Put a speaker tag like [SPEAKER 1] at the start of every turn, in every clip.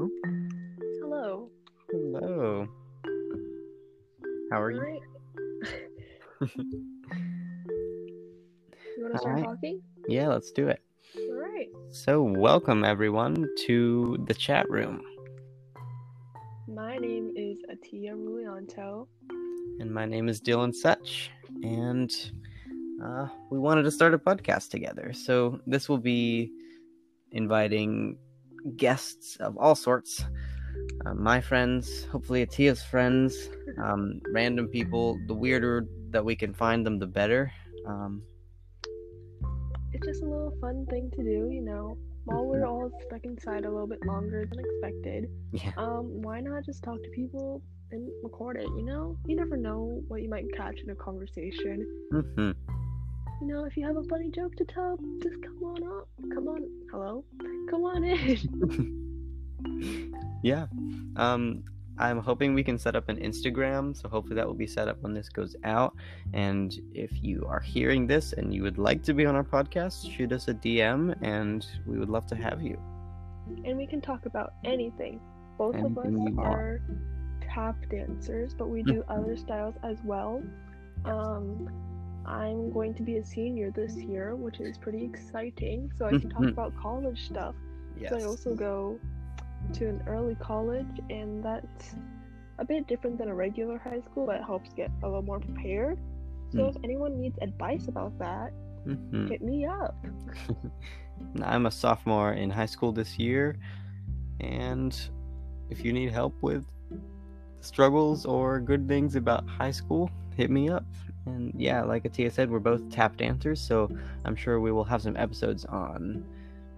[SPEAKER 1] You want to start
[SPEAKER 2] Alright.
[SPEAKER 1] talking?
[SPEAKER 2] yeah, let's do it.
[SPEAKER 1] All right.
[SPEAKER 2] So, welcome everyone to the chat room.
[SPEAKER 1] My name is Atia Rulianto.
[SPEAKER 2] And my name is Dylan Such. And uh, we wanted to start a podcast together. So, this will be inviting guests of all sorts uh, my friends, hopefully Atia's friends, um, random people. The weirder that we can find them, the better. Um,
[SPEAKER 1] It's just a little fun thing to do, you know. While
[SPEAKER 2] Mm-hmm.
[SPEAKER 1] we're all stuck inside a little bit longer than expected,
[SPEAKER 2] yeah.
[SPEAKER 1] um, why not just talk to people and record it? You know, you never know what you might catch in a conversation.
[SPEAKER 2] hmm
[SPEAKER 1] You know, if you have a funny joke to tell, just come on up. Come on, hello, come on in.
[SPEAKER 2] Yeah. Um, I'm hoping we can set up an Instagram. So hopefully that will be set up when this goes out. And if you are hearing this and you would like to be on our podcast, shoot us a DM and we would love to have you.
[SPEAKER 1] and we can talk about anything. Both of us
[SPEAKER 2] Anything you want.
[SPEAKER 1] are tap dancers, but we do other styles as well. Um, I'm going to be a senior this year, which is pretty exciting. So I can talk
[SPEAKER 2] Mhm.
[SPEAKER 1] about college stuff.
[SPEAKER 2] Yes.
[SPEAKER 1] So I also go to an early college, and that's a bit different than a regular high school, but it helps get a little more prepared. So
[SPEAKER 2] Mm.
[SPEAKER 1] if anyone needs advice about that,
[SPEAKER 2] Mhm.
[SPEAKER 1] hit me up.
[SPEAKER 2] I'm a sophomore in high school this year. And if you need help with struggles or good things about high school, hit me up. And yeah, like Atia said, we're both tap dancers, so I'm sure we will have some episodes on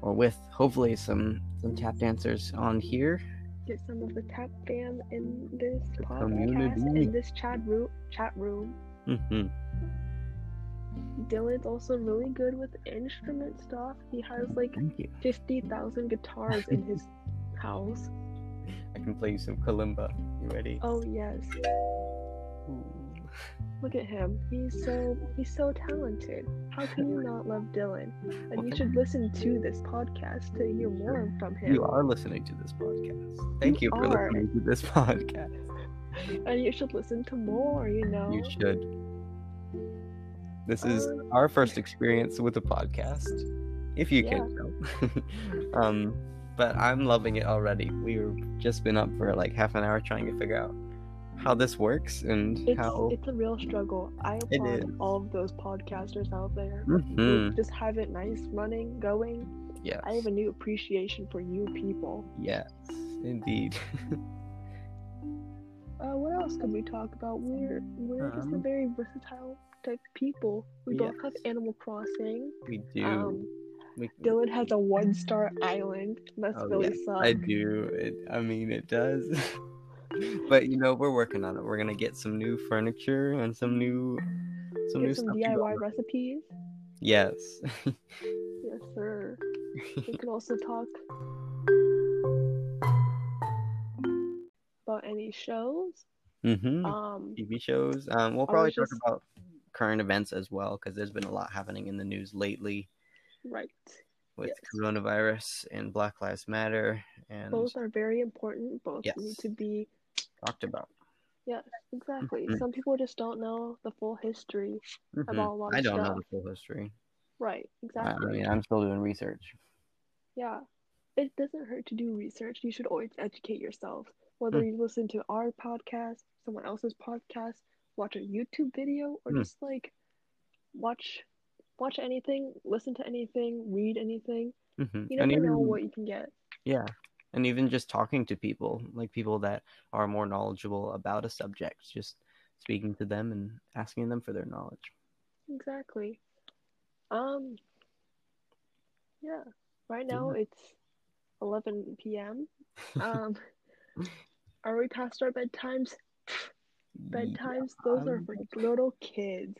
[SPEAKER 2] or with hopefully some some tap dancers on here.
[SPEAKER 1] get some of the tap fam in this
[SPEAKER 2] The
[SPEAKER 1] podcast
[SPEAKER 2] community.
[SPEAKER 1] in this chat room chat room
[SPEAKER 2] hmm
[SPEAKER 1] dylan's also really good with instrument stuff he has like
[SPEAKER 2] Thank you.
[SPEAKER 1] 50000 guitars in his house
[SPEAKER 2] I can play you some kalimba. You ready?
[SPEAKER 1] oh yes
[SPEAKER 2] Ooh.
[SPEAKER 1] look at him he's so he's so talented how can you not love dylan and you should listen to this podcast to hear more from him
[SPEAKER 2] You are listening to this podcast. Thank you,
[SPEAKER 1] You
[SPEAKER 2] for
[SPEAKER 1] are.
[SPEAKER 2] listening to this podcast.
[SPEAKER 1] and you should listen to more you know
[SPEAKER 2] You should. This is
[SPEAKER 1] Oh.
[SPEAKER 2] our first experience with a podcast, if you can tell. um, but I'm loving it already. We've just been up for like half an hour trying to figure out how this works and
[SPEAKER 1] it's,
[SPEAKER 2] how.
[SPEAKER 1] it's a real struggle. I
[SPEAKER 2] It
[SPEAKER 1] applaud
[SPEAKER 2] is.
[SPEAKER 1] all of those podcasters out there.
[SPEAKER 2] Mhm.
[SPEAKER 1] Just have it nice, running, going.
[SPEAKER 2] Yes.
[SPEAKER 1] I have a new appreciation for you people.
[SPEAKER 2] Yes, indeed.
[SPEAKER 1] Uh, what else could we talk about? We're we're just a
[SPEAKER 2] Um,
[SPEAKER 1] very versatile type of people. We both have
[SPEAKER 2] yes.
[SPEAKER 1] Animal Crossing.
[SPEAKER 2] We do.
[SPEAKER 1] Um,
[SPEAKER 2] we,
[SPEAKER 1] Dylan has a one star island. Must
[SPEAKER 2] Oh,
[SPEAKER 1] really
[SPEAKER 2] yes,
[SPEAKER 1] suck.
[SPEAKER 2] I do. It, I mean, it does. but you know, we're working on it. We're gonna get some new furniture and some new, some new
[SPEAKER 1] Get some
[SPEAKER 2] stuff. to go
[SPEAKER 1] DIY
[SPEAKER 2] around.
[SPEAKER 1] recipes.
[SPEAKER 2] Yes.
[SPEAKER 1] Yes, sir. we can also talk about any shows.
[SPEAKER 2] hmm
[SPEAKER 1] Um,
[SPEAKER 2] TV shows. Um, we'll
[SPEAKER 1] I
[SPEAKER 2] probably
[SPEAKER 1] was
[SPEAKER 2] talk
[SPEAKER 1] just-
[SPEAKER 2] about current events as well because there's been a lot happening in the news lately
[SPEAKER 1] right.
[SPEAKER 2] with
[SPEAKER 1] Yes.
[SPEAKER 2] coronavirus and Black Lives Matter and
[SPEAKER 1] Both are very important. Both need
[SPEAKER 2] Yes.
[SPEAKER 1] to be.
[SPEAKER 2] talked about.
[SPEAKER 1] Yes, exactly.
[SPEAKER 2] Mhm.
[SPEAKER 1] Some people just don't know the full history
[SPEAKER 2] Mhm.
[SPEAKER 1] about a lot of
[SPEAKER 2] I don't know Uh,
[SPEAKER 1] stuff.
[SPEAKER 2] the full history.
[SPEAKER 1] Right.
[SPEAKER 2] I- I
[SPEAKER 1] Exactly.
[SPEAKER 2] mean, I'm still doing research.
[SPEAKER 1] yeah. It doesn't hurt to do research. You should always educate yourself. Whether
[SPEAKER 2] Mm.
[SPEAKER 1] you listen to our podcast, someone else's podcast, watch a YouTube video, or
[SPEAKER 2] Mm.
[SPEAKER 1] just like watch watch anything, listen to anything, read anything.
[SPEAKER 2] Mhm.
[SPEAKER 1] You
[SPEAKER 2] And
[SPEAKER 1] never
[SPEAKER 2] even
[SPEAKER 1] know what you can get.
[SPEAKER 2] yeah, and even just talking to people, like people that are more knowledgeable about a subject, just speaking to them and asking them for their knowledge.
[SPEAKER 1] Exactly. Um. Yeah. Right now it's 11 p.m. Um. are we past our bedtimes? Bedtimes. Those are for little kids.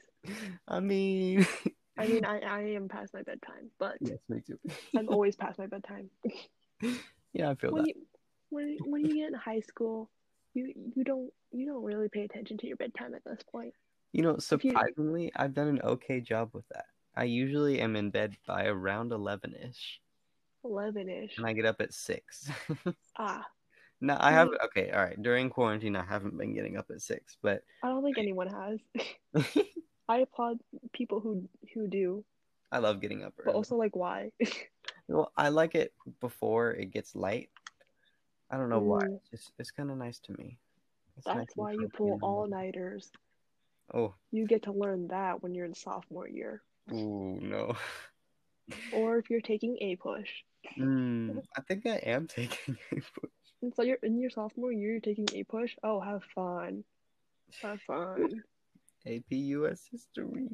[SPEAKER 2] I mean,
[SPEAKER 1] I mean, I I am past my bedtime, but
[SPEAKER 2] yes, me too.
[SPEAKER 1] I'm always past my bedtime.
[SPEAKER 2] Yeah, I feel
[SPEAKER 1] When
[SPEAKER 2] that.
[SPEAKER 1] you when when you get in high school, you you don't you don't really pay attention to your bedtime at this point.
[SPEAKER 2] You know,
[SPEAKER 1] you-
[SPEAKER 2] surprisingly, I've done an okay job with that. I usually am in bed by around 11 ish,
[SPEAKER 1] Eleven ish.
[SPEAKER 2] and I get up at 6.
[SPEAKER 1] Ah,
[SPEAKER 2] no, I
[SPEAKER 1] See-
[SPEAKER 2] have, okay, all right. During quarantine, I haven't been getting up at 6, but
[SPEAKER 1] I don't think anyone has. I applaud people who who do,
[SPEAKER 2] I love getting up
[SPEAKER 1] but
[SPEAKER 2] early.
[SPEAKER 1] also like why?
[SPEAKER 2] well, I like it before it gets light. I don't know why.
[SPEAKER 1] Mm.
[SPEAKER 2] It's just, it's kind of nice to me. It's nice
[SPEAKER 1] That's
[SPEAKER 2] and
[SPEAKER 1] why you
[SPEAKER 2] comfy
[SPEAKER 1] pull
[SPEAKER 2] in the
[SPEAKER 1] all
[SPEAKER 2] morning.
[SPEAKER 1] nighters.
[SPEAKER 2] Oh,
[SPEAKER 1] You get to learn that when you're in sophomore year,
[SPEAKER 2] ooh, no.
[SPEAKER 1] or if you're taking A push.
[SPEAKER 2] Mm, I think I am taking
[SPEAKER 1] And so you're in your sophomore year, you're taking A push. Oh, have fun, have fun.
[SPEAKER 2] AP US history.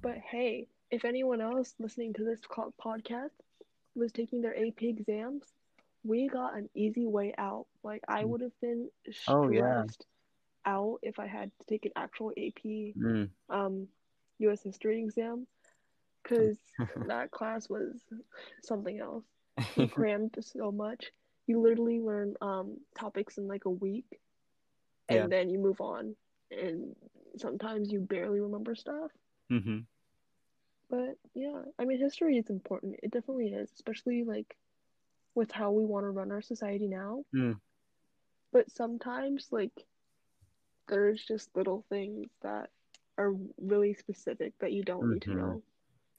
[SPEAKER 1] But hey, if anyone else listening to this co- podcast was taking their AP exams, we got an easy way out. Like I would have been stressed
[SPEAKER 2] Mm. Oh, yeah.
[SPEAKER 1] out if I had to take an actual AP
[SPEAKER 2] Mm.
[SPEAKER 1] um U.S. history exam because that class was something else. You crammed so much. You literally learn um topics in like a week, and
[SPEAKER 2] Yeah.
[SPEAKER 1] then you move on. And sometimes you barely remember stuff.
[SPEAKER 2] hmm
[SPEAKER 1] But yeah, I mean, history is important. It definitely is, especially like with how we want to run our society now.
[SPEAKER 2] Mm.
[SPEAKER 1] But sometimes, like, there's just little things that are really specific that you don't need to
[SPEAKER 2] Mhm.
[SPEAKER 1] know.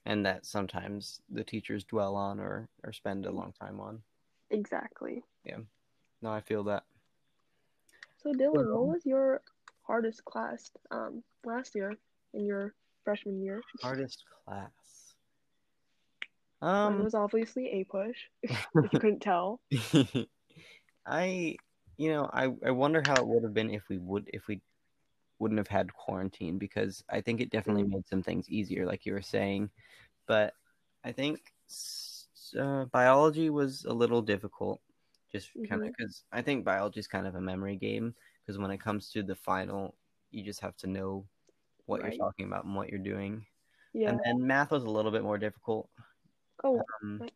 [SPEAKER 2] And that sometimes the teachers dwell on or, or spend a long time on.
[SPEAKER 1] Exactly.
[SPEAKER 2] No, I feel that.
[SPEAKER 1] So, Dylan,
[SPEAKER 2] Um,
[SPEAKER 1] what was your hardest class um last year in your freshman year?
[SPEAKER 2] Hardest class.
[SPEAKER 1] Mine
[SPEAKER 2] Um,
[SPEAKER 1] was obviously A push, if you couldn't tell.
[SPEAKER 2] I, you know, I, I wonder how it would have been if we would if we wouldn't have had quarantine because I think it definitely made some things easier, like you were saying. But I think s- uh, biology was a little difficult, just kind of
[SPEAKER 1] Mhm.
[SPEAKER 2] because I think biology is kind of a memory game because when it comes to the final, you just have to know what
[SPEAKER 1] Right.
[SPEAKER 2] you're talking about and what you're doing.
[SPEAKER 1] Yeah.
[SPEAKER 2] And then math was a little bit more difficult.
[SPEAKER 1] Oh,
[SPEAKER 2] Um,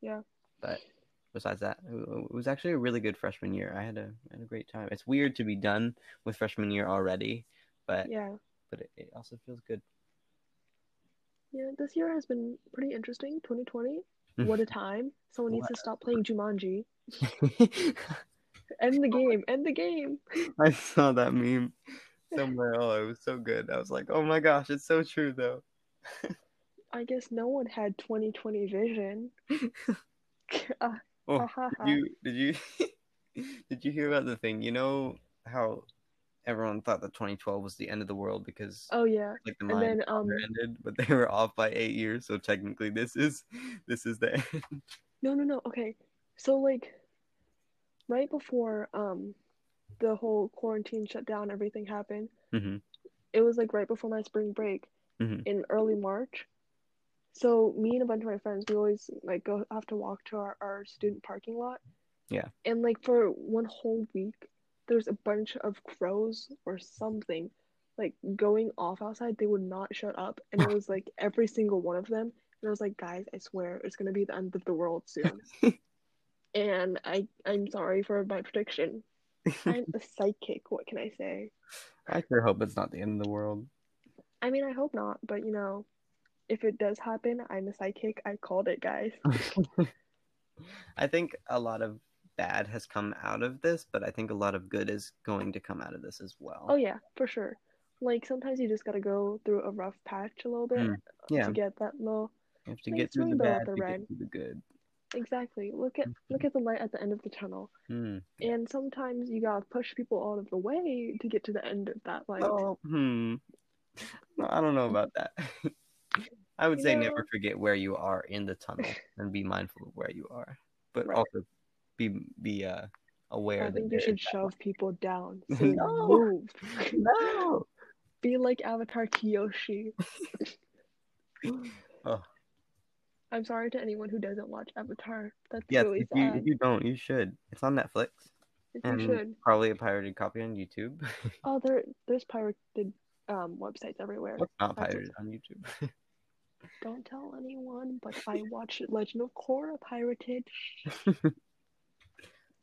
[SPEAKER 1] yeah.
[SPEAKER 2] but besides that, it w- it was actually a really good freshman year. I had a I had a great time. It's weird to be done with freshman year already, but
[SPEAKER 1] yeah.
[SPEAKER 2] but it, it also feels good.
[SPEAKER 1] Yeah, this year has been pretty interesting. 2020,
[SPEAKER 2] Hmm.
[SPEAKER 1] what a time. Someone needs to stop playing Jumanji. End the game, end the game.
[SPEAKER 2] I saw that meme somewhere. Oh, it was so good. I was like, oh my gosh, it's so true though.
[SPEAKER 1] I guess no one had 2020 vision. Ah,
[SPEAKER 2] Oh,
[SPEAKER 1] ha, ha, ha.
[SPEAKER 2] you did you did you hear about the thing? You know how everyone thought that 2012 was the end of the world because
[SPEAKER 1] oh, yeah.
[SPEAKER 2] like the
[SPEAKER 1] And
[SPEAKER 2] mine
[SPEAKER 1] then, um,
[SPEAKER 2] ended, but they were off by eight years. So technically, this is this is the end.
[SPEAKER 1] no, no, no. Okay. So, like, right before, um, the whole quarantine shutdown, everything happened,
[SPEAKER 2] Mhm.
[SPEAKER 1] it was like right before my spring break
[SPEAKER 2] Mhm.
[SPEAKER 1] in early March. So me and a bunch of my friends, we always like go have to walk to our, our student parking lot.
[SPEAKER 2] Yeah.
[SPEAKER 1] And like for one whole week, there's a bunch of crows or something like going off outside. They would not shut up. And it was like every single one of them. And I was like, guys, I swear it's gonna be the end of the world soon. and I I'm sorry for my prediction. I'm a psychic, what can I say?
[SPEAKER 2] I sure hope it's not the end of the world.
[SPEAKER 1] I mean, I hope not, but you know, if it does happen, I'm a psychic. I called it, guys.
[SPEAKER 2] I think a lot of bad has come out of this, but I think a lot of good is going to come out of this as well.
[SPEAKER 1] Oh yeah, for sure. Like sometimes you just gotta go through a rough patch a little bit
[SPEAKER 2] Mm, yeah.
[SPEAKER 1] to get that little.
[SPEAKER 2] You have to
[SPEAKER 1] Like,
[SPEAKER 2] get
[SPEAKER 1] it's
[SPEAKER 2] through the
[SPEAKER 1] rainbow at
[SPEAKER 2] bad
[SPEAKER 1] the
[SPEAKER 2] to get
[SPEAKER 1] red.
[SPEAKER 2] to the good.
[SPEAKER 1] Exactly. Look at look at the light at the end of the tunnel.
[SPEAKER 2] Mm.
[SPEAKER 1] And sometimes you gotta push people out of the way to get to the end of that light.
[SPEAKER 2] Oh, hmm. No, I don't know about that. I would
[SPEAKER 1] You
[SPEAKER 2] say
[SPEAKER 1] know-
[SPEAKER 2] never forget where you are in the tunnel and be mindful of where you are, but
[SPEAKER 1] Right.
[SPEAKER 2] also be be uh, aware.
[SPEAKER 1] I
[SPEAKER 2] that
[SPEAKER 1] think you
[SPEAKER 2] there
[SPEAKER 1] should
[SPEAKER 2] is that
[SPEAKER 1] shove people down. Say
[SPEAKER 2] No.
[SPEAKER 1] move.
[SPEAKER 2] light. No.
[SPEAKER 1] Be like Avatar Kiyoshi.
[SPEAKER 2] Oh.
[SPEAKER 1] I'm sorry to anyone who doesn't watch Avatar. That's
[SPEAKER 2] Yes,
[SPEAKER 1] really
[SPEAKER 2] if you,
[SPEAKER 1] sad.
[SPEAKER 2] if you don't, you should. It's on Netflix
[SPEAKER 1] If you
[SPEAKER 2] and
[SPEAKER 1] should.
[SPEAKER 2] probably a pirated copy on YouTube.
[SPEAKER 1] Oh, there, there's pirated um, websites everywhere.
[SPEAKER 2] What's not
[SPEAKER 1] That's-
[SPEAKER 2] pirated on YouTube?
[SPEAKER 1] Don't tell anyone, but I watched Legend of Korra pirated.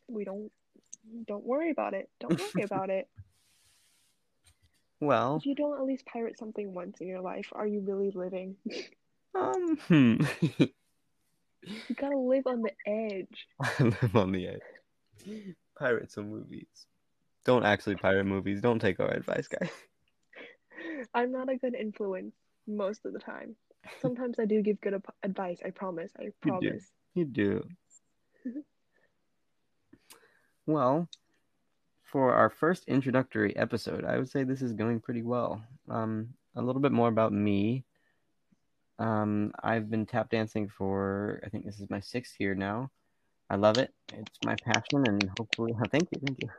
[SPEAKER 1] we don't, don't worry about it. Don't worry about it.
[SPEAKER 2] Well,
[SPEAKER 1] If you don't at least pirate something once in your life, are you really living?
[SPEAKER 2] um, hmm.
[SPEAKER 1] You gotta live on the edge.
[SPEAKER 2] I live on the edge. Pirate some movies. Don't actually pirate movies. Don't take our advice, guys.
[SPEAKER 1] I'm not a good influence most of the time. Sometimes I do give good ap- advice. I promise. I promise.
[SPEAKER 2] You do. well, for our first introductory episode, I would say this is going pretty well. Um, a little bit more about me. Um, I've been tap dancing for, I think this is my sixth year now. I love it. It's my passion, and hopefully, thank you, thank you,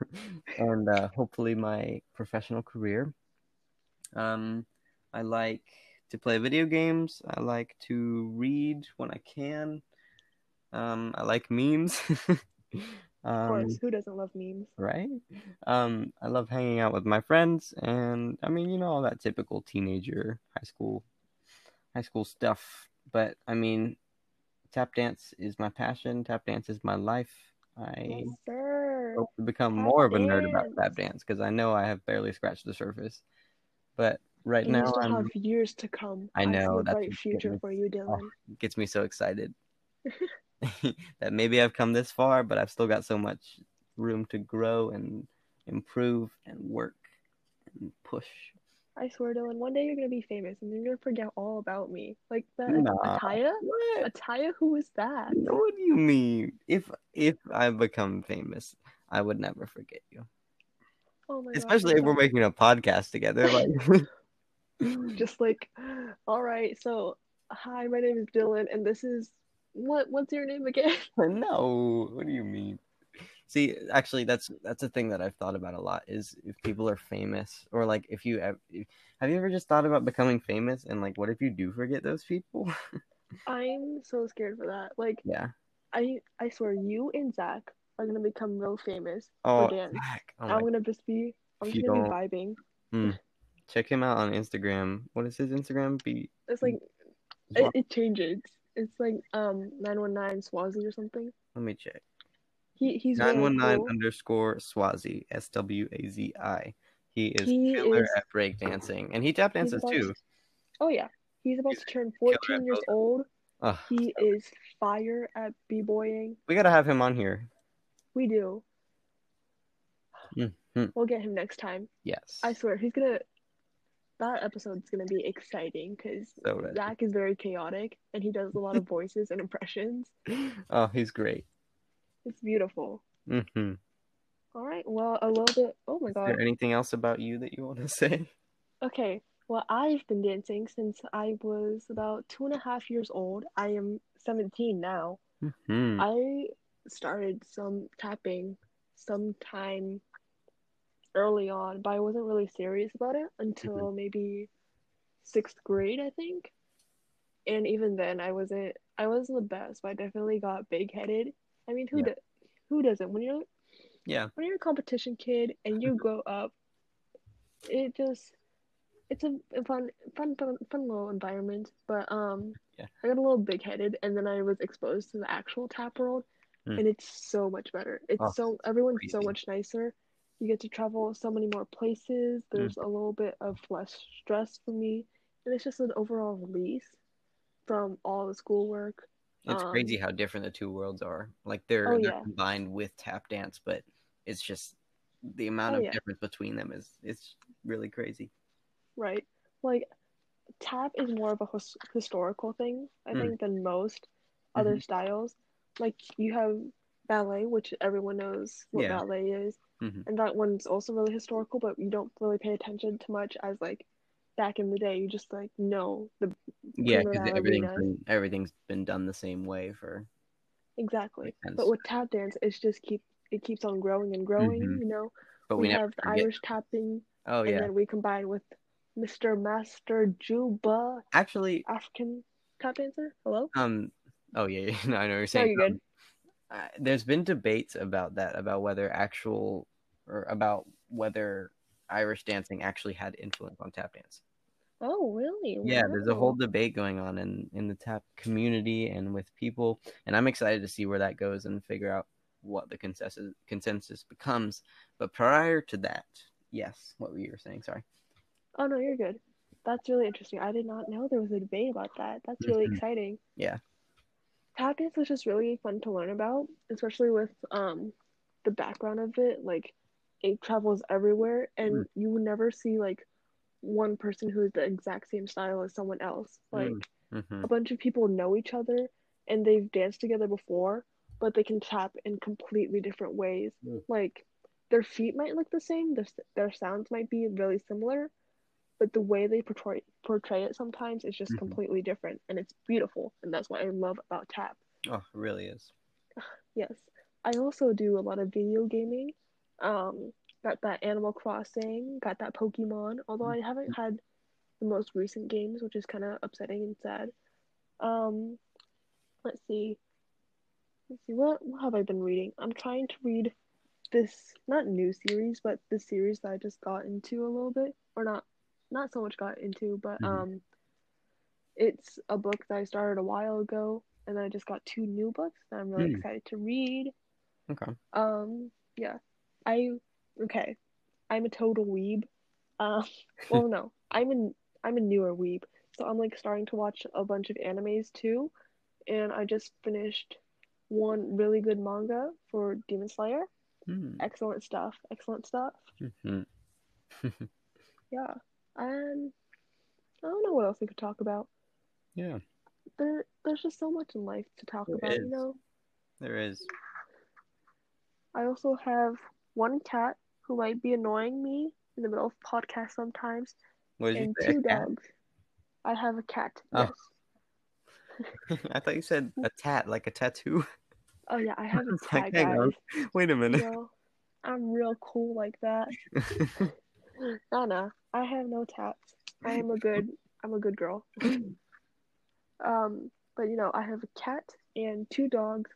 [SPEAKER 2] and uh, hopefully, my professional career. Um, I like to play video games. I like to read when I can. Um, I like memes.
[SPEAKER 1] Of
[SPEAKER 2] um,
[SPEAKER 1] course, who doesn't love memes?
[SPEAKER 2] right? Um, I love hanging out with my friends, and I mean, you know, all that typical teenager, high school, high school stuff. But I mean, tap dance is my passion. Tap dance is my life. I Oh,
[SPEAKER 1] Yes, sir.
[SPEAKER 2] hope to become
[SPEAKER 1] Tap
[SPEAKER 2] more of a nerd about
[SPEAKER 1] dance.
[SPEAKER 2] tap dance because I know I have barely scratched the surface. But right
[SPEAKER 1] and
[SPEAKER 2] now,
[SPEAKER 1] you still
[SPEAKER 2] I'm,
[SPEAKER 1] have years to come.
[SPEAKER 2] I know,
[SPEAKER 1] see a
[SPEAKER 2] that's
[SPEAKER 1] bright
[SPEAKER 2] what's
[SPEAKER 1] future
[SPEAKER 2] getting
[SPEAKER 1] for you, Dylan.
[SPEAKER 2] it gets me so excited that maybe I've come this far, but I've still got so much room to grow and improve and work and push.
[SPEAKER 1] I swear, Dylan, one day you're gonna be famous and you're gonna forget all about me. Like that
[SPEAKER 2] Nah.
[SPEAKER 1] Ataya?
[SPEAKER 2] What?
[SPEAKER 1] Ataya, who was that?
[SPEAKER 2] What do you mean? If if I become famous, I would never forget you.
[SPEAKER 1] Oh my god.
[SPEAKER 2] Especially if we're making a podcast together. Like
[SPEAKER 1] just like all right, so hi, my name is Dylan and this is what what's your name again?
[SPEAKER 2] no what do you mean see actually that's that's a thing that i've thought about a lot is if people are famous or like if you ev- if- have you ever just thought about becoming famous and like what if you do forget those people
[SPEAKER 1] I'm so scared for that. Like
[SPEAKER 2] yeah
[SPEAKER 1] I I swear you and Zach are gonna become real famous.
[SPEAKER 2] oh,
[SPEAKER 1] dance.
[SPEAKER 2] Zach. oh
[SPEAKER 1] I'm
[SPEAKER 2] my-
[SPEAKER 1] gonna just be I'm
[SPEAKER 2] If
[SPEAKER 1] just
[SPEAKER 2] you
[SPEAKER 1] gonna be vibing.
[SPEAKER 2] check him out on instagram what is his instagram be
[SPEAKER 1] It's like
[SPEAKER 2] Zwa-
[SPEAKER 1] it, it changes. It's like um nine one nine Swazi or something.
[SPEAKER 2] let me check
[SPEAKER 1] He he's really
[SPEAKER 2] 919
[SPEAKER 1] cool.
[SPEAKER 2] underscore swazi s-w-a-z-i he is
[SPEAKER 1] He
[SPEAKER 2] killer
[SPEAKER 1] is-
[SPEAKER 2] at breakdancing and he tap
[SPEAKER 1] He's
[SPEAKER 2] dances
[SPEAKER 1] about
[SPEAKER 2] too
[SPEAKER 1] to- oh yeah, he's about to turn
[SPEAKER 2] killer at
[SPEAKER 1] 14 years
[SPEAKER 2] building.
[SPEAKER 1] old.
[SPEAKER 2] Ugh,
[SPEAKER 1] He is fire at b-boying.
[SPEAKER 2] we gotta have him on here
[SPEAKER 1] We do.
[SPEAKER 2] Mm, mm.
[SPEAKER 1] We'll get him next time.
[SPEAKER 2] yes
[SPEAKER 1] I swear, he's gonna. That episode's gonna be exciting because
[SPEAKER 2] so does
[SPEAKER 1] Zach is very chaotic and he does a lot of voices and impressions.
[SPEAKER 2] Oh, he's great.
[SPEAKER 1] It's beautiful.
[SPEAKER 2] hmm
[SPEAKER 1] All right. Well, a little bit. Oh my
[SPEAKER 2] Is there
[SPEAKER 1] god.
[SPEAKER 2] anything else about you that you want to say?
[SPEAKER 1] Okay. Well, I've been dancing since I was about two and a half years old. I am 17 now.
[SPEAKER 2] hmm
[SPEAKER 1] I started some tapping sometime early on, but I wasn't really serious about it until maybe sixth grade, I think. And even then, I wasn't I wasn't the best, but I definitely got big headed. I mean, who
[SPEAKER 2] Yeah.
[SPEAKER 1] do, who doesn't? When you're
[SPEAKER 2] Yeah.
[SPEAKER 1] when you're a competition kid and you grow up, it just it's a a fun fun fun, fun little environment. But um,
[SPEAKER 2] Yeah.
[SPEAKER 1] I got a little big headed, and then I was exposed to the actual tap world,
[SPEAKER 2] Mm.
[SPEAKER 1] and it's so much better. It's
[SPEAKER 2] Oh,
[SPEAKER 1] so everyone's so
[SPEAKER 2] crazy.
[SPEAKER 1] much nicer. You get to travel so many more places.
[SPEAKER 2] Hmm.
[SPEAKER 1] There's a little bit of less stress for me, and it's just an overall release from all the schoolwork.
[SPEAKER 2] It's
[SPEAKER 1] Um,
[SPEAKER 2] crazy how different the two worlds are. Like they're,
[SPEAKER 1] Oh,
[SPEAKER 2] they're
[SPEAKER 1] yeah.
[SPEAKER 2] combined with tap dance, but it's just the amount
[SPEAKER 1] Oh,
[SPEAKER 2] of
[SPEAKER 1] yeah.
[SPEAKER 2] difference between them is it's really crazy.
[SPEAKER 1] Right. Like, tap is more of a his- historical thing,
[SPEAKER 2] Mm.
[SPEAKER 1] I
[SPEAKER 2] Mm-hmm.
[SPEAKER 1] think, than most other styles. Like, you have ballet, which everyone knows what
[SPEAKER 2] Yeah.
[SPEAKER 1] ballet is,
[SPEAKER 2] Mhm.
[SPEAKER 1] and that one's also really historical, but you don't really pay attention to much as, like, back in the day. You just, like, know the
[SPEAKER 2] Yeah,
[SPEAKER 1] Prima
[SPEAKER 2] because everything's
[SPEAKER 1] ballerinas.
[SPEAKER 2] been, everything's been done the same way for
[SPEAKER 1] exactly.
[SPEAKER 2] Makes sense.
[SPEAKER 1] But with tap dance, it's just keep it keeps on growing and growing,
[SPEAKER 2] Mhm.
[SPEAKER 1] you know?
[SPEAKER 2] but we,
[SPEAKER 1] we,
[SPEAKER 2] never
[SPEAKER 1] have the
[SPEAKER 2] forget.
[SPEAKER 1] Irish tapping,
[SPEAKER 2] Oh
[SPEAKER 1] and
[SPEAKER 2] yeah.
[SPEAKER 1] then we combine with Mr. Master Juba.
[SPEAKER 2] Actually,
[SPEAKER 1] African tap dancer. Hello.
[SPEAKER 2] um oh yeah, yeah. no, I know what you're saying.
[SPEAKER 1] you're
[SPEAKER 2] um,
[SPEAKER 1] good.
[SPEAKER 2] uh, there's been debates about that about whether actual or about whether Irish dancing actually had influence on tap dance.
[SPEAKER 1] Oh, really?
[SPEAKER 2] Yeah, there's a whole
[SPEAKER 1] Wow.
[SPEAKER 2] debate going on in in the tap community and with people, and I'm excited to see where that goes and figure out what the consensus consensus becomes. But prior to that, yes, what were you saying? Sorry.
[SPEAKER 1] Oh no, you're good. That's really interesting. I did not know there was a debate about that. That's really
[SPEAKER 2] Mhm.
[SPEAKER 1] exciting.
[SPEAKER 2] Yeah.
[SPEAKER 1] Tap dance was just really fun to learn about, especially with um
[SPEAKER 2] Mm.
[SPEAKER 1] the background of it. Like it travels everywhere, and you would never see like one person who is the exact same style as someone else. Like
[SPEAKER 2] Mm. hmm
[SPEAKER 1] a bunch of people know each other and they've danced together before, but they can tap in completely different ways.
[SPEAKER 2] Mm.
[SPEAKER 1] Like their feet might look the same, their their sounds might be really similar, but the way they portray portray it sometimes is just
[SPEAKER 2] Mhm.
[SPEAKER 1] completely different, and it's beautiful, and that's what I love about tap.
[SPEAKER 2] Oh, it really is.
[SPEAKER 1] Yes, I also do a lot of video gaming. Um, got that Animal Crossing, got that Pokemon, although I haven't had the most recent games, which is kind of upsetting and sad. Um, let's see. Let's see, what, what have I been reading? I'm trying to read this, not new series, but the series that I just got into a little bit, or not, not so much got into, but
[SPEAKER 2] Mhm.
[SPEAKER 1] um, it's a book that I started a while ago, and then I just got two new books that I'm really
[SPEAKER 2] Hmm.
[SPEAKER 1] excited to read.
[SPEAKER 2] Okay.
[SPEAKER 1] Um, yeah. I okay. I'm a total weeb. Um, well, no, I'm a I'm a newer weeb, so I'm like starting to watch a bunch of animes too, and I just finished one really good manga for Demon Slayer.
[SPEAKER 2] Mm.
[SPEAKER 1] Excellent stuff. Excellent stuff.
[SPEAKER 2] Mhm.
[SPEAKER 1] Yeah. And I don't know what else we could talk about.
[SPEAKER 2] Yeah,
[SPEAKER 1] There, there's just so much in life to talk
[SPEAKER 2] There
[SPEAKER 1] about, you
[SPEAKER 2] is.
[SPEAKER 1] know.
[SPEAKER 2] there is.
[SPEAKER 1] I also have one cat who might be annoying me in the middle of podcast sometimes.
[SPEAKER 2] What did you
[SPEAKER 1] and
[SPEAKER 2] say?
[SPEAKER 1] two
[SPEAKER 2] A cat?
[SPEAKER 1] dogs. I have a cat.
[SPEAKER 2] Oh.
[SPEAKER 1] Yes.
[SPEAKER 2] I thought you said a tat, like a tattoo.
[SPEAKER 1] Oh yeah, I have a
[SPEAKER 2] Like,
[SPEAKER 1] cat,
[SPEAKER 2] hang on.
[SPEAKER 1] guys.
[SPEAKER 2] Wait a
[SPEAKER 1] You
[SPEAKER 2] minute.
[SPEAKER 1] know, I'm real cool like that. No, no, I have no tats. I am a good. I'm a good girl. Um, but you know, I have a cat and two dogs,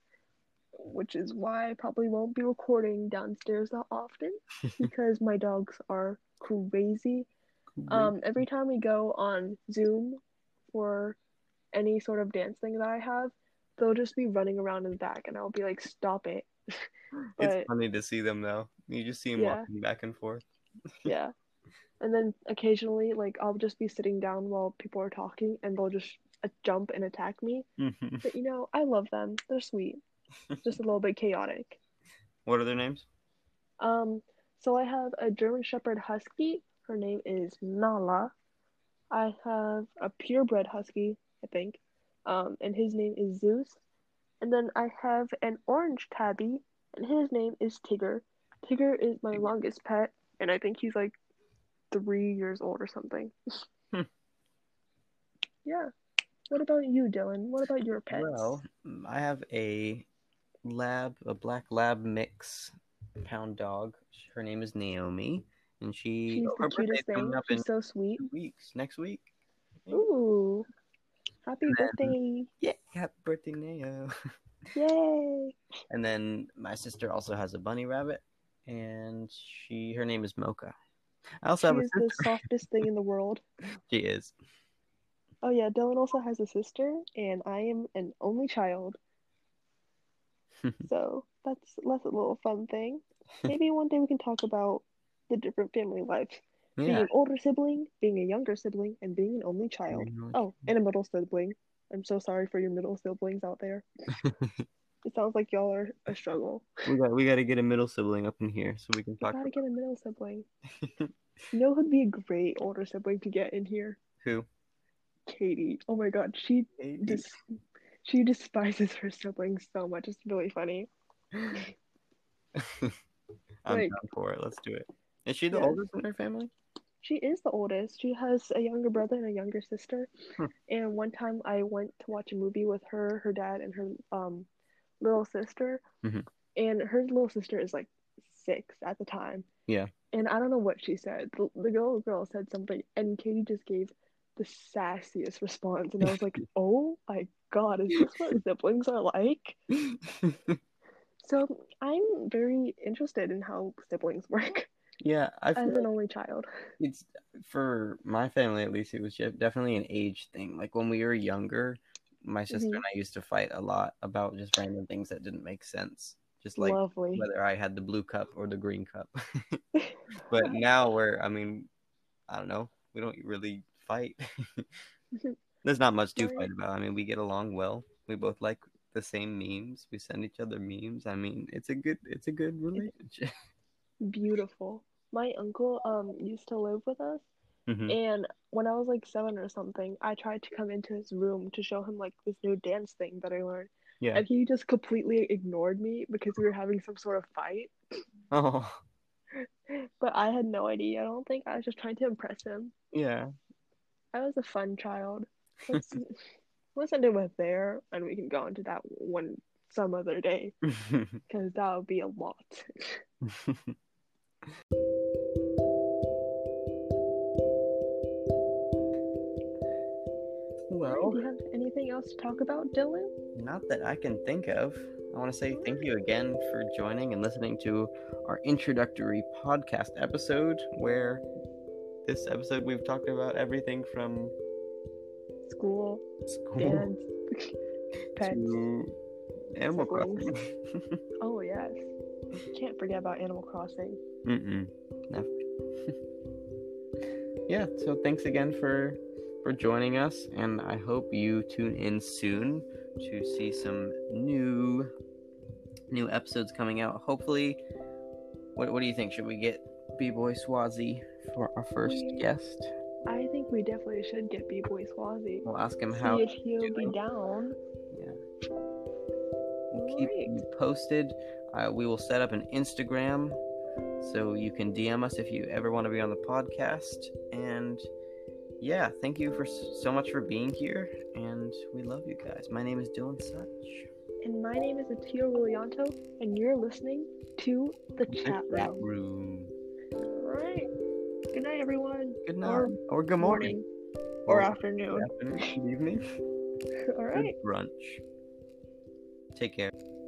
[SPEAKER 1] which is why I probably won't be recording downstairs that often because my dogs are crazy. Um, every time we go on Zoom for any sort of dance thing that I have, they'll just be running around in the back, and I'll be like, "Stop it!"
[SPEAKER 2] it's
[SPEAKER 1] but-
[SPEAKER 2] funny to see them though. You just see them
[SPEAKER 1] Yeah.
[SPEAKER 2] walking back and forth.
[SPEAKER 1] Yeah. And then occasionally, like, I'll just be sitting down while people are talking, and they'll just uh, jump and attack me.
[SPEAKER 2] Mhm.
[SPEAKER 1] But you know, I love them. They're sweet, just a little bit chaotic.
[SPEAKER 2] What are their names?
[SPEAKER 1] Um, so I have a German Shepherd Husky. Her name is Nala. I have a purebred husky, I think, um, and his name is Zeus. And then I have an orange tabby, and his name is Tigger. Tigger is my longest pet, and I think he's like three years old or something.
[SPEAKER 2] Hmm.
[SPEAKER 1] Yeah. What about you, Dylan? What about your pets?
[SPEAKER 2] Well, mm, I have a lab, a black lab mix pound dog. Her name is Naomi, and she
[SPEAKER 1] She's
[SPEAKER 2] oh, her
[SPEAKER 1] the cutest
[SPEAKER 2] birthday's
[SPEAKER 1] thing.
[SPEAKER 2] coming up in
[SPEAKER 1] She's so sweet.
[SPEAKER 2] two weeks. Next week.
[SPEAKER 1] Ooh. Happy
[SPEAKER 2] And then-
[SPEAKER 1] birthday.
[SPEAKER 2] Yeah, happy birthday, Nao.
[SPEAKER 1] Yay.
[SPEAKER 2] And then my sister also has a bunny rabbit, and she her name is Mocha. I also have
[SPEAKER 1] She
[SPEAKER 2] a
[SPEAKER 1] is
[SPEAKER 2] sister.
[SPEAKER 1] the softest thing in the world.
[SPEAKER 2] She is.
[SPEAKER 1] Oh yeah, Dylan also has a sister, and I am an only child. so that's that's a little fun thing. Maybe one day we can talk about the different family lives: being
[SPEAKER 2] Yeah.
[SPEAKER 1] an older sibling, being a younger sibling, and being an only child.
[SPEAKER 2] Mm-hmm.
[SPEAKER 1] Oh, and a middle sibling. I'm so sorry for your middle siblings out there. it sounds like y'all are a struggle.
[SPEAKER 2] We got we got to get a middle sibling up in here so we can
[SPEAKER 1] You
[SPEAKER 2] talk.
[SPEAKER 1] gotta get a middle sibling. You know who'd be a great older sibling to get in here?
[SPEAKER 2] Who?
[SPEAKER 1] Katie. Oh my god, she dis- she despises her siblings so much. It's really funny.
[SPEAKER 2] I'm
[SPEAKER 1] like-
[SPEAKER 2] down for it. Let's do it. Is she the
[SPEAKER 1] Yes.
[SPEAKER 2] oldest in her family?
[SPEAKER 1] She is the oldest. She has a younger brother and a younger sister.
[SPEAKER 2] Hmm.
[SPEAKER 1] And one time I went to watch a movie with her, her dad, and her um little sister.
[SPEAKER 2] Mhm.
[SPEAKER 1] And her little sister is like six at the time.
[SPEAKER 2] Yeah.
[SPEAKER 1] And I don't know what she said. The, the little girl said something, and Katie just gave the sassiest response. And I was like, oh my God, is this what siblings are like? So I'm very interested in how siblings work
[SPEAKER 2] yeah, I
[SPEAKER 1] as
[SPEAKER 2] feel
[SPEAKER 1] an only child.
[SPEAKER 2] it's for my family at least it was def- definitely an age thing like when we were younger my sister
[SPEAKER 1] Mhm.
[SPEAKER 2] and i used to fight a lot about just random things that didn't make sense just like
[SPEAKER 1] Lovely.
[SPEAKER 2] whether i had the blue cup or the green cup but now we're i mean i don't know we don't really fight there's not much to
[SPEAKER 1] Mm-hmm. Right.
[SPEAKER 2] fight about i mean we get along well we both like the same memes we send each other memes i mean it's a good it's a good relationship
[SPEAKER 1] Beautiful. My uncle um used to live with us
[SPEAKER 2] hmm
[SPEAKER 1] And when I was like seven or something, I tried to come into his room to show him like this new dance thing that I learned.
[SPEAKER 2] Yeah.
[SPEAKER 1] And he just completely ignored me because we were having some sort of fight.
[SPEAKER 2] Oh,
[SPEAKER 1] But I had no idea. I don't think I was just trying to impress him.
[SPEAKER 2] yeah.
[SPEAKER 1] I was a fun child. Let's, let's end it with there, and we can go into that one some other day because that would be a lot.
[SPEAKER 2] well,
[SPEAKER 1] Do you have anything else to talk about, Dylan?
[SPEAKER 2] not that I can think of. I want to say thank you again for joining and listening to our introductory podcast episode, where this episode we've talked about everything from
[SPEAKER 1] School,
[SPEAKER 2] school
[SPEAKER 1] dance, pets.
[SPEAKER 2] to Animal
[SPEAKER 1] siblings.
[SPEAKER 2] Crossing.
[SPEAKER 1] Oh, yes. Can't forget about Animal Crossing.
[SPEAKER 2] Mm-mm. No. yeah, so thanks again for for joining us and I hope you tune in soon to see some new new episodes coming out. Hopefully what what do you think? Should we get B-Boy Swazi for our first guest?
[SPEAKER 1] I think we definitely should get B Boy Swazi.
[SPEAKER 2] We'll ask him
[SPEAKER 1] See
[SPEAKER 2] how
[SPEAKER 1] if he'll be
[SPEAKER 2] doing?
[SPEAKER 1] down.
[SPEAKER 2] we'll keep
[SPEAKER 1] Right.
[SPEAKER 2] you posted. Uh, we will set up an Instagram so you can DM us if you ever want to be on the podcast. And yeah, thank you for s- so much for being here. And we love you guys. My name is Dylan Such.
[SPEAKER 1] And my name is Atio Willianto, and you're listening to The Chat Room.
[SPEAKER 2] room.
[SPEAKER 1] All right. Good night, everyone.
[SPEAKER 2] Good night. Or,
[SPEAKER 1] Or
[SPEAKER 2] good morning.
[SPEAKER 1] Or afternoon.
[SPEAKER 2] Good afternoon. Good evening.
[SPEAKER 1] All right.
[SPEAKER 2] Good brunch. Take care.